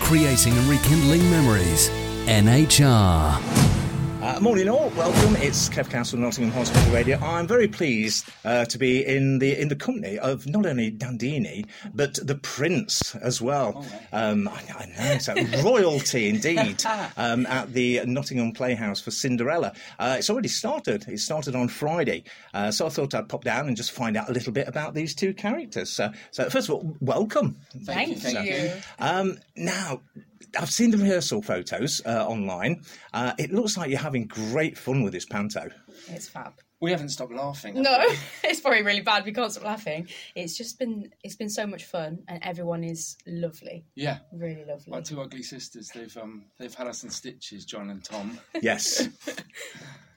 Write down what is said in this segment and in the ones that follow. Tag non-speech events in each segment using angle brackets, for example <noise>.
creating and rekindling memories. NHR. Uh, morning all, welcome. It's Kev Council, Nottingham Hospital Radio. I'm very pleased uh, to be in the in the company of not only Dandini but the Prince as well. Um, I, I know, so royalty indeed um, at the Nottingham Playhouse for Cinderella. Uh, it's already started. It started on Friday, uh, so I thought I'd pop down and just find out a little bit about these two characters. So, so first of all, welcome. Thank, you. Um, now, I've seen the rehearsal photos uh, online. Uh, it looks like you're having great fun with this panto. It's fab. We haven't stopped laughing. have No, <laughs> we? it's probably really bad. We can't stop laughing. It's just been it's been so much fun, and everyone is lovely, Yeah. really lovely. Like two ugly sisters, they've um they've had us in stitches, John and Tom. <laughs> Yes.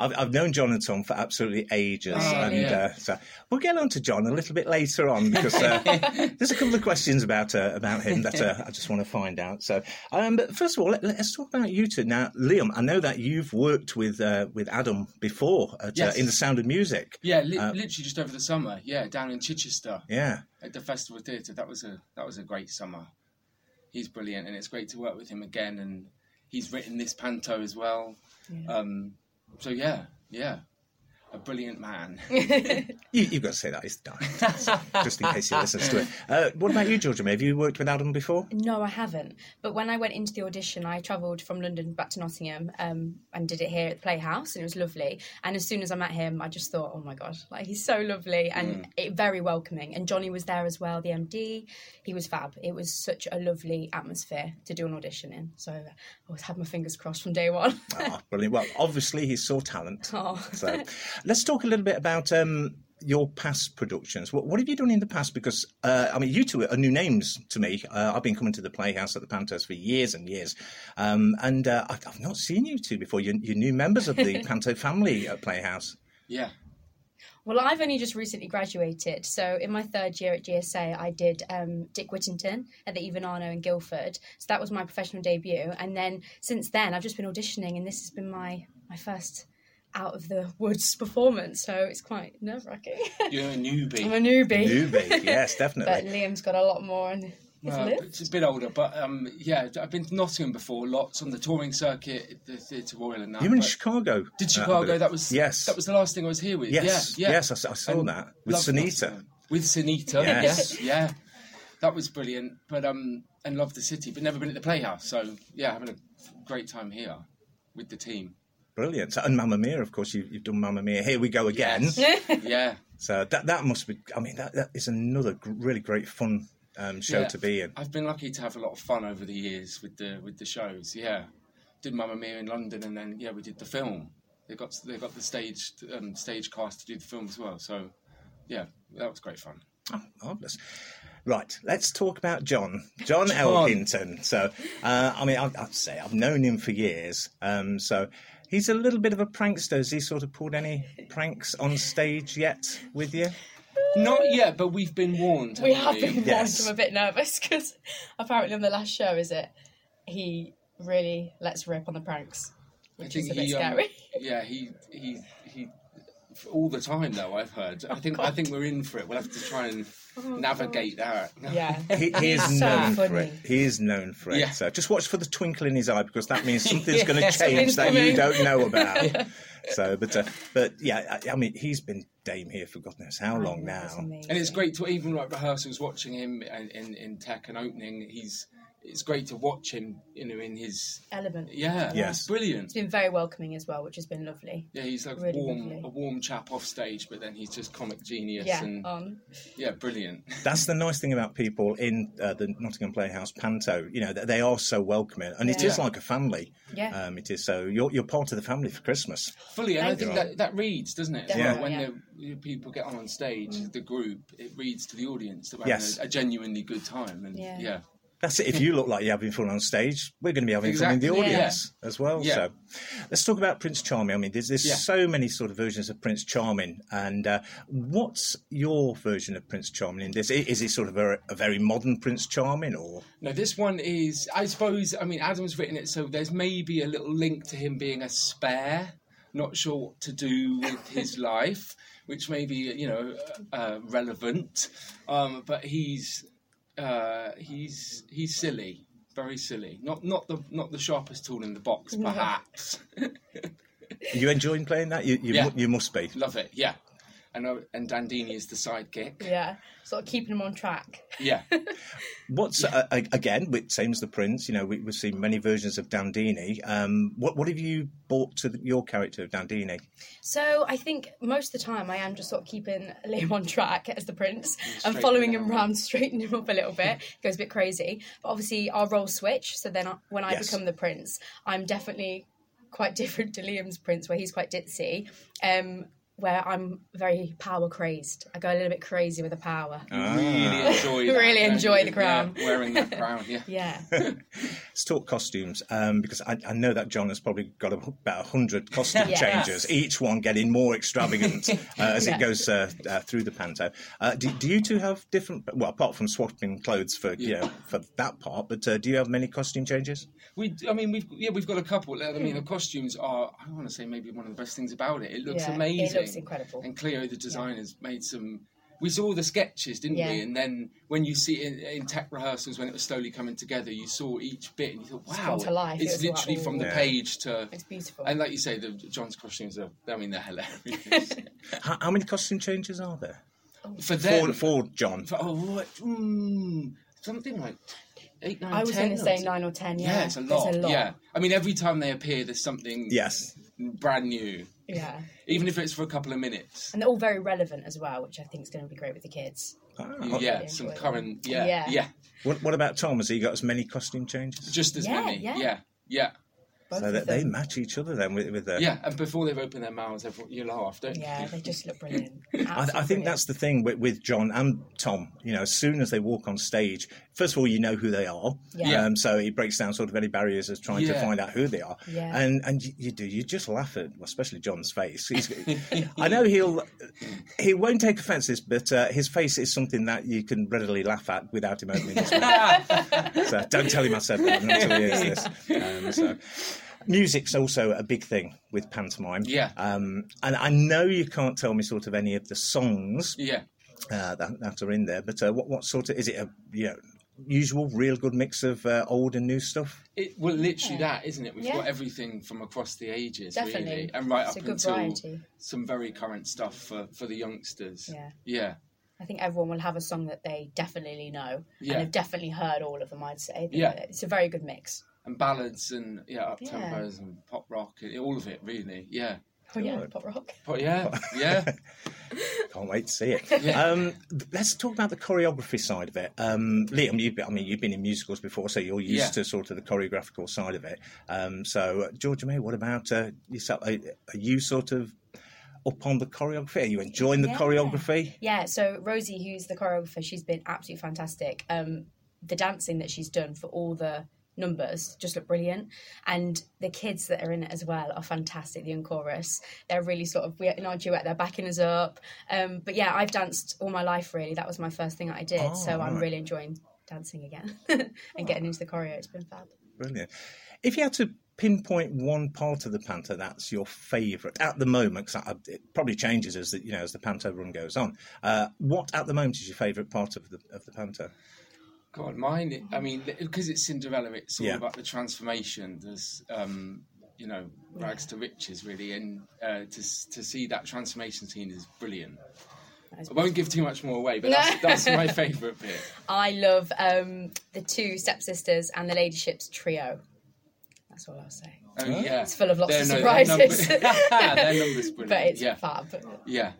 I've, I've known John and Tom for absolutely ages, Oh, and yeah. uh, so we'll get on to John a little bit later on because uh, <laughs> there's a couple of questions about uh, about him that uh, I just want to find out. So, um, but first of all, let, us talk about you two now, Liam. I know that you've worked with uh, with Adam before at, Yes. uh, in the Sound of Music. Yeah, li- Uh, literally just over the summer. Yeah, down in Chichester Yeah, at the Festival Theatre. That was a that was a great summer. He's brilliant, and it's great to work with him again. And he's written this panto as well. Um, so yeah, yeah, a brilliant <laughs> man. you, you've got to say that is just in case he listens to it. Uh, what about you, Georgia? May? Have you worked with Adam before? No, I haven't. But when I went into the audition, I travelled from London back to Nottingham um, and did it here at the Playhouse, and it was lovely. And as soon as I met him, I just thought, oh my god, like he's so lovely and it, very welcoming. And Johnny was there as well, the MD. He was fab. It was such a lovely atmosphere to do an audition in. So I always had my fingers crossed from day one. Ah, brilliant. Well, obviously he saw talent. <laughs> Oh. So let's talk a little bit about um, your past productions. What, what have you done in the past? Because uh, I mean, you two are new names to me. Uh, I've been coming to the Playhouse at the Pantos for years and years, um, and uh, I, I've not seen you two before. You're, you're new members of the Panto family at Playhouse. Yeah, Well, I've only just recently graduated. So, in my third year at GSA, I did um, Dick Whittington at the Ivanano in Guildford. So, that was my professional debut. And then since then, I've just been auditioning, and this has been my, my first out of the woods <laughs> performance. So, it's quite nerve wracking. you're <laughs> a I'm newbie. a newbie. Newbie, yes, But definitely. Liam's got a lot more and his <laughs> Uh, lips. it's a bit older, but um, yeah, I've been to Nottingham before, lots on the touring circuit, the Theatre Royal, and that. you were in but- Chicago. Did uh, Chicago? but- that was yes. That was the last thing I was here with. Yes, yeah, yeah. yes, I s- I saw And that with loved Sunita. Nottingham. With Sunita, Yes. yes, yeah, that was brilliant. But um, and loved the city, but never been at the Playhouse. So yeah, having a great time here with the team. brilliant. So, and Mamma Mia, of course, you, you've done Mamma Mia. Here we go again. yeah, So that that must be. I mean, that, that is another gr- really great fun um, show Yeah. to be in. I've been lucky to have a lot of fun over the years with the with the shows. Yeah, did Mamma Mia in London, and then yeah, we did the film. They got they got the stage um, stage cast to do the film as well. So yeah, that was great fun. Oh, marvelous. Right, let's talk about John. John, Elkington. So, uh, I mean, I'd, I'd say I've known him for years. Um, so he's a little bit of a prankster. Has he sort of pulled any pranks on stage yet with you? Not yet, but we've been warned. We have haven't been warned. Yes. <laughs> I'm a bit nervous because apparently on the last show, is it? He really lets rip on the pranks, which is a bit um, <laughs> scary. <laughs> yeah, he he he f- all the time though. I've heard. Oh, I think I think we're in for it. We'll have to try and navigate that. yeah. He, he is He's so known for funny. it. He is known for it. Yeah. So just watch for the twinkle in his eye because that <laughs> means something's going to Yeah. change Something's that you coming. don't know <laughs> about. So, but uh, but yeah, I, I mean, he's been dame here for God knows how long That now. was amazing. <laughs> And it's great to even like rehearsals, watching him in, in, in tech and opening. He's it's great to watch him, you know, in his element. yeah, Yes. brilliant. It's been very welcoming as well, which has been lovely. Yeah, he's like Really warm, lovely. a warm chap off stage, but then he's just comic genius Yeah, Oh. Um, and on. yeah, brilliant. That's the nice thing about people in uh, the Nottingham Playhouse Panto. You know, that they are so welcoming, and it Yeah. is like a family. Yeah. um, it is. So you're you're part of the family for Christmas. Fully, and I Thank think you. that, that reads, doesn't it? as Yeah. well? When Yeah. Mm. the the people get on on stage, the group, it reads to the audience that we're Yes. having a, a genuinely good time. And Yeah. yeah, yeah, That's it. If you look like you're having fun on stage, we're going to be having fun in the Exactly, yeah. audience as well. Yeah. So let's talk about Prince Charming. I mean, there's, there's Yeah. so many sort of versions of Prince Charming. And uh, what's your version of Prince Charming in this? I- Is it sort of a, a very modern Prince Charming or? no, this one is, I suppose, I mean, Adam's written it, so there's maybe a little link to him being a spare, not sure what to do <laughs> with his life, which may be, you know, uh, relevant. Um, but he's uh, he's he's silly. very silly. Not not the not the sharpest tool in the box, perhaps. You enjoying playing that? You you, Yeah. mu- you must be. Love it, yeah. And uh, and Dandini is the sidekick. Yeah, sort of keeping them on track. Yeah, <laughs> What's uh, a- again? with- Same as the Prince. You know, we, we've seen many versions of Dandini. Um, what what have you brought to the, your character of Dandini? So I think most of the time I am just sort of keeping Liam on track as the prince and straightening following him him out. round, <laughs> straightening him up a little bit. He goes a bit crazy, but obviously our roles switch. So then I, when I Yes. become the prince, I'm definitely quite <laughs> different to Liam's prince, where he's quite ditzy. Um, where I'm very power crazed. I go a little bit crazy with the power. really enjoy. That, Really don't enjoy you? the crown. Yeah, wearing that crown. Yeah, <laughs> Yeah. Let's talk costumes um, because I, I know that John has probably got a, about hundred costume <laughs> Yes. changes, each one getting more <laughs> extravagant uh, as Yeah. it goes uh, uh, through the panto. Uh, do, do you two have different? Well, apart from swapping clothes for you know for that part, but uh, do you have many costume changes? we. I mean, we've yeah, we've got a couple. I Hmm. mean, the costumes are. I want to say maybe one of the best things about it. It looks Yeah, it amazing. looks incredible. And Cleo, the designers, made some. We saw the sketches, didn't Yeah. we? And then when you see it in, in tech rehearsals, when it was slowly coming together, you saw each bit and you thought, "Wow, come to life. it's It was like, literally from the ooh. page to." It's beautiful. And like you say, the John's costumes are. I mean, they're hilarious. <laughs> How, how many costume changes are there for Uh, them, for, for John? For, oh, what? Mm, something like eight, nine, I was ten going to or say something. nine or ten. Yeah, Yeah, it's a lot. There's a lot. Yeah, I mean, every time they appear, there's something Yes. brand new, Yeah. even if it's for a couple of minutes. And they're all very relevant as well, which I think is going to be great with the kids. Ah, yeah, really some enjoy current. them. Yeah, yeah, Yeah. What, what about Tom? Has he got as many costume changes? just as Yeah, many. yeah. yeah, yeah. Both So of that they <laughs> them. match each other then with, uh, with their. Yeah, and before they've opened their mouths, everyone, you laugh, don't you? Yeah, <laughs> they just look brilliant. <laughs> I, I think that's the thing with, with John and Tom. You know, as soon as they walk on stage, first of all, you know who they are. Yeah. Yeah. Um, so it breaks down sort of any barriers as trying to Yeah. find out who they are. Yeah. And and you, you do you just laugh at, well, especially John's face. <laughs> He's, I know he'll he won't take offence to this, but uh, his face is something that you can readily laugh at without him opening his mouth. Ah, so <laughs> don't tell him I said that until he hears this. Um, so. Music's also a big thing with pantomime. Yeah. <laughs> Um, and I know you can't tell me sort of any of the songs yeah. uh, that, that are in there, but uh, what, what sort of is it a you know, usual, real good mix of uh, old and new stuff? It, well, literally that, isn't it? We've Yeah. got everything from across the ages, really, Definitely. and right It's up a good until variety. some very current stuff for, for the youngsters. Yeah. yeah, I think everyone will have a song that they definitely know. Yeah. And they've definitely heard all of them, I'd say. Yeah. It's a very good mix. and ballads and yeah, up Yeah. tempos and pop rock, and all of it, really. Yeah, Oh, yeah, Good. pop rock. but yeah, yeah. Can't wait to see it. Um, th- let's talk about the choreography side of it. Um, Liam, you've been, I mean, you've been in musicals before, so you're used Yeah. to sort of the choreographical side of it. Um, so, uh, Georgia May, what about uh, yourself? Are, are you sort of up on the choreography? Are you enjoying the Yeah. choreography? Yeah, so Rosie, who's the choreographer, she's been absolutely fantastic. Um, the dancing that she's done for all the numbers just look brilliant, and the kids that are in it as well are fantastic. The young chorus, they're really sort of we're in our duet, they're backing us up. Um, but yeah, I've danced all my life really. That was my first thing that I did, so Oh, I'm right. really enjoying dancing again <laughs> and getting into the choreo. It's been fab. Brilliant. If you had to pinpoint one part of the panto that's your favourite at the moment, because it probably changes as the you know as the panto run goes on. Uh, what at the moment is your favourite part of the of the panto? God, mine. I mean, because it's Cinderella, it's all Yeah. about the transformation. There's, um, you know, rags to riches, really, and uh, to s- to see that transformation scene is brilliant. I won't give too much more away, <laughs> but that's, that's my favourite bit. I love um, the two stepsisters and the ladyships trio. That's all I'll say. Oh, yeah, It's full of lots of Their nu- their <laughs> surprises. <laughs> number- their numbers brilliant. But it's yeah, fab. yeah,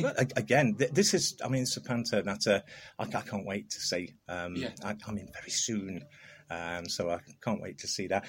Well, a- Again, th- this is I mean it's a panto that uh, I, I can't wait to see. Um, Yeah. I, I mean very soon. Um, so I can't wait to see that.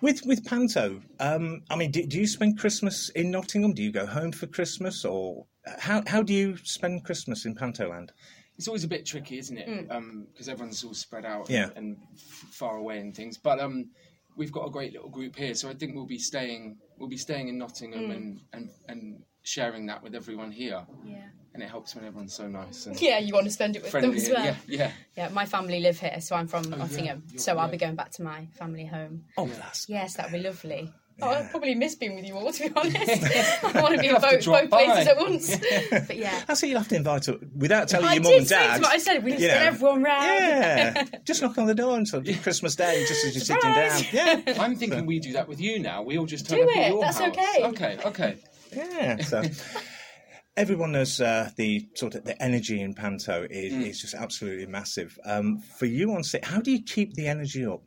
With with Panto, um, I mean, do, do you spend Christmas in Nottingham? Do you go home for Christmas, or uh, how how do you spend Christmas in Pantoland? it's always a bit tricky, isn't it? Mm. Because everyone's all spread out Yeah. and, and f- far away and things. But um, we've got a great little group here, so I think we'll be staying. We'll be staying in Nottingham Mm. and, and and sharing that with everyone here. Yeah. And it helps when everyone's so nice and Yeah, you want to spend it with friendly. them as well. Yeah, Yeah. yeah. my family live here, so I'm from Nottingham. You're- So I'll yeah. be going back to my family home. Oh, that's Yes, that'd be lovely. I probably miss being with you all, <laughs> to be honest. I want to be in have to both, both drop places by. at <laughs> once. But yeah. That's what you'll have to invite her without telling I your mum did and say to dad. him, I said, we need to you get know. everyone round. <laughs> Yeah, just knock on the door on sort of Christmas Day, just as you're sitting down. Surprise! Yeah, <laughs> I'm thinking we do that with you now. We all just turn Do up at it, your that's house. okay. Okay. Okay. yeah. So. Everyone knows uh, the sort of the energy in panto is, Mm. is just absolutely massive. Um, for you on stage, how do you keep the energy up?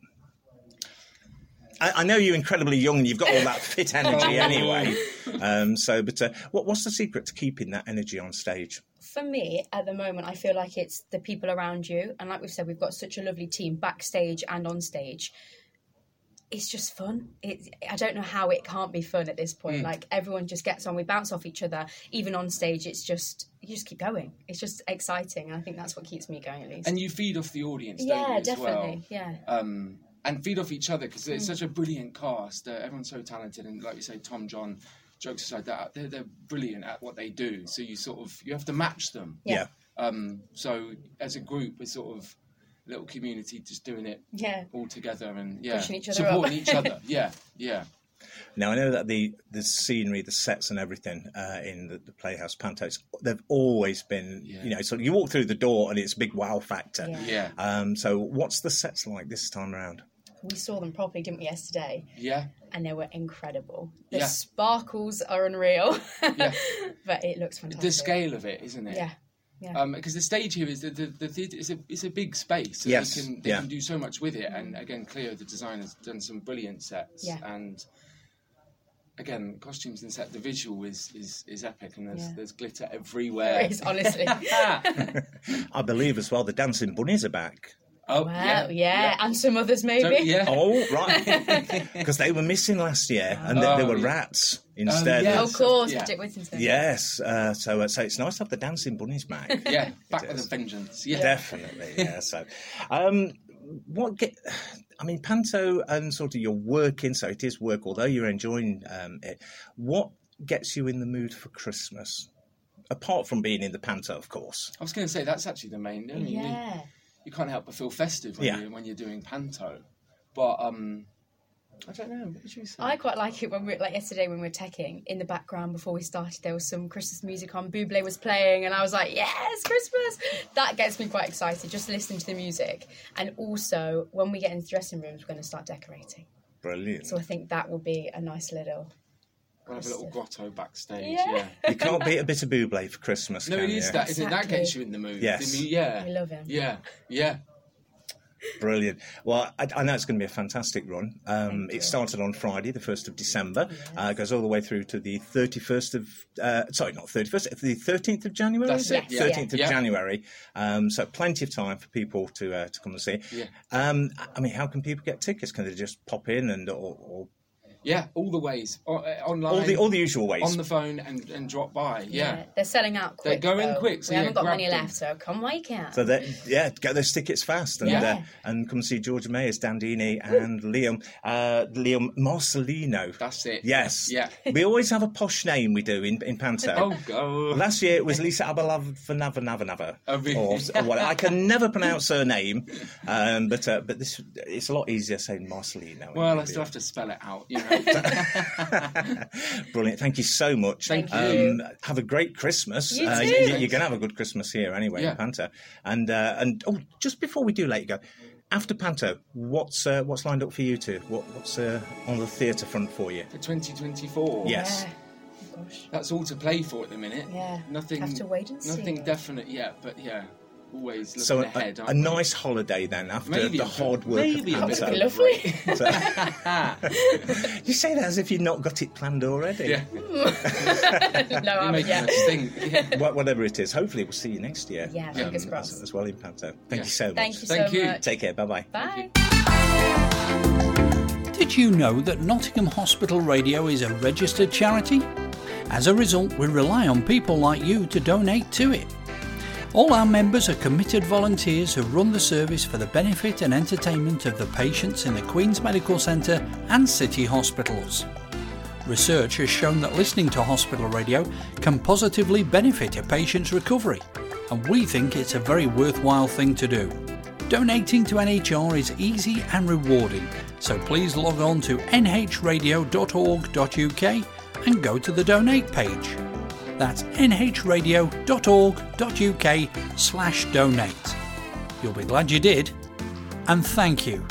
I, I know you're incredibly young and you've got all <laughs> that fit energy Oh. anyway. Um, so, but uh, what, what's the secret to keeping that energy on stage? For me, at the moment, I feel like it's the people around you. And like we've said, we've got such a lovely team backstage and on stage. It's just fun. It, I don't know how it can't be fun at this point. Mm. Like everyone just gets on, we bounce off each other. Even on stage, it's just, you just keep going. It's just exciting. And I think that's what keeps me going at least. And you feed off the audience, don't you? yeah, as well? definitely. Yeah. um, and feed off each other because Hmm. it's such a brilliant cast. Uh, everyone's so talented, and like you say, Tom, John, jokes aside, that they're, they're brilliant at what they do. So you sort of you have to match them. Yeah. Um, so as a group, we're sort of little community, just doing it Yeah. all together and yeah, Pushing each other supporting up. <laughs> each other. Yeah, yeah. Now I know that the the scenery, the sets, and everything uh, in the, the Playhouse Pantos, they've always been you know. So you walk through the door and it's a big wow factor. Yeah. Yeah. Um, so what's the sets like this time around? We saw them properly, didn't we, yesterday? Yeah, And they were incredible. The Yeah. sparkles are unreal. yeah. <laughs> but it looks the fantastic. scale of it, isn't it? Yeah. because Um, the stage here is the, the, the theatre is a it's a big space. So Yes, they can they yeah. can do so much with it. And again, Cleo, the designer's done some brilliant sets. Yeah. And again, costumes and set the visual is is, is epic, and there's Yeah. there's glitter There everywhere. is, honestly. Ah! I believe as well the dancing bunnies are back. <laughs> oh Wow, yeah, yeah, and some others So, maybe. yeah. <laughs> Oh <laughs> right, because they were missing last year and they, they Oh, were yeah. rats instead. yeah. of, <laughs> Of course, Yeah. Dick Whittington. yes. Uh, so uh, so it's nice to have the dancing bunnies back. <laughs> yeah, back It with is. a vengeance. Yeah, Definitely, yeah. So, um, what get? I mean, panto and sort of your work in, so it is work, although you're enjoying um, it. What gets you in the mood for Christmas? Apart from being in the panto, of course. I was going to say that's actually the main. I mean, you- Yeah. you can't help but feel festive when, Yeah. you, when you're doing panto. But um, I don't know. What did you say? I quite like it when we like yesterday when we were teching in the background before we started there was some Christmas music on Buble was playing and I was like yes Christmas that gets me quite excited just listening to the music and also when we get into dressing rooms we're going to start decorating Brilliant. so I think that will be a nice little We'll have a little grotto backstage. Yeah. yeah. You can't beat a bit of buble for Christmas. No, can it is you? that, isn't it? That Exactly. gets you in the mood. Yes. The mu- yeah. We love him. Yeah. Yeah. Brilliant. Well, I, I know it's going to be a fantastic run. Um, it started on Friday, the 1st of December, uh, goes all the way through to the 31st of, uh, sorry, not 31st, the 13th of January? That's is it, yeah. 13th of Yeah. January. Um, so plenty of time for people to uh, to come and see. Yeah. Um, I- I mean, how can people get tickets? Can they just pop in and or, or Yeah. All the ways. O- uh, online. all the all the usual ways? on the phone and, and drop by. Yeah. they're selling out They're quick going though. quick, so we yeah, haven't got grab many them. left so come wake <laughs> out so that yeah, get those tickets fast and Yeah. uh, and come see George Mayers, Dandini, and Liam uh, Liam Marcelino. That's it. Yes. Yeah. <laughs> We always have a posh name we do in, in Panto. Oh, go. Last year it was Lisa Abalavanavanavanava. Oh, really? Or, or what- I can never pronounce her name, um, but uh, but this it's a lot easier saying Marcelino. Well, I still have to spell it out. <laughs> You know. Brilliant. Thank you so much. Thank um, Have a great Christmas. You uh, too. you, you're going to have a good Christmas here anyway Yeah. in Panto. And uh, and oh, just before we do let you go, after Panto, what's uh, what's lined up for you two? What, what's uh, on the theatre front for you? For 2024. Yeah. yes. yeah. Oh, gosh That's all to play for at the minute. Yeah. Nothing. Have to wait and see. Nothing definite yet, but yeah, always looking So a, ahead. a, aren't a we? nice holiday then after Maybe the a bit- hard work maybe a of bit That would be Panto. of lovely You say that as if you've not got it planned already. Yeah. <laughs> no I haven't Making yet us <laughs> think. Yeah. <laughs> Wha- Whatever it is. Hopefully, we'll see you next year. Yeah, fingers as, crossed. as well in Panto. Thank Yeah. you so much. thank you Thank so you. much Take care. Bye bye. bye Did you know that Nottingham Hospital Radio is a registered charity? As a result, we rely on people like you to donate to it. All our members are committed volunteers who run the service for the benefit and entertainment of the patients in the Queen's Medical Centre and city hospitals. Research has shown that listening to hospital radio can positively benefit a patient's recovery, and we think it's a very worthwhile thing to do. Donating to NHR is easy and rewarding, so please log on to nhradio.org.uk and go to the donate page. That's nhradio.org.uk slash donate. You'll be glad you did, and thank you.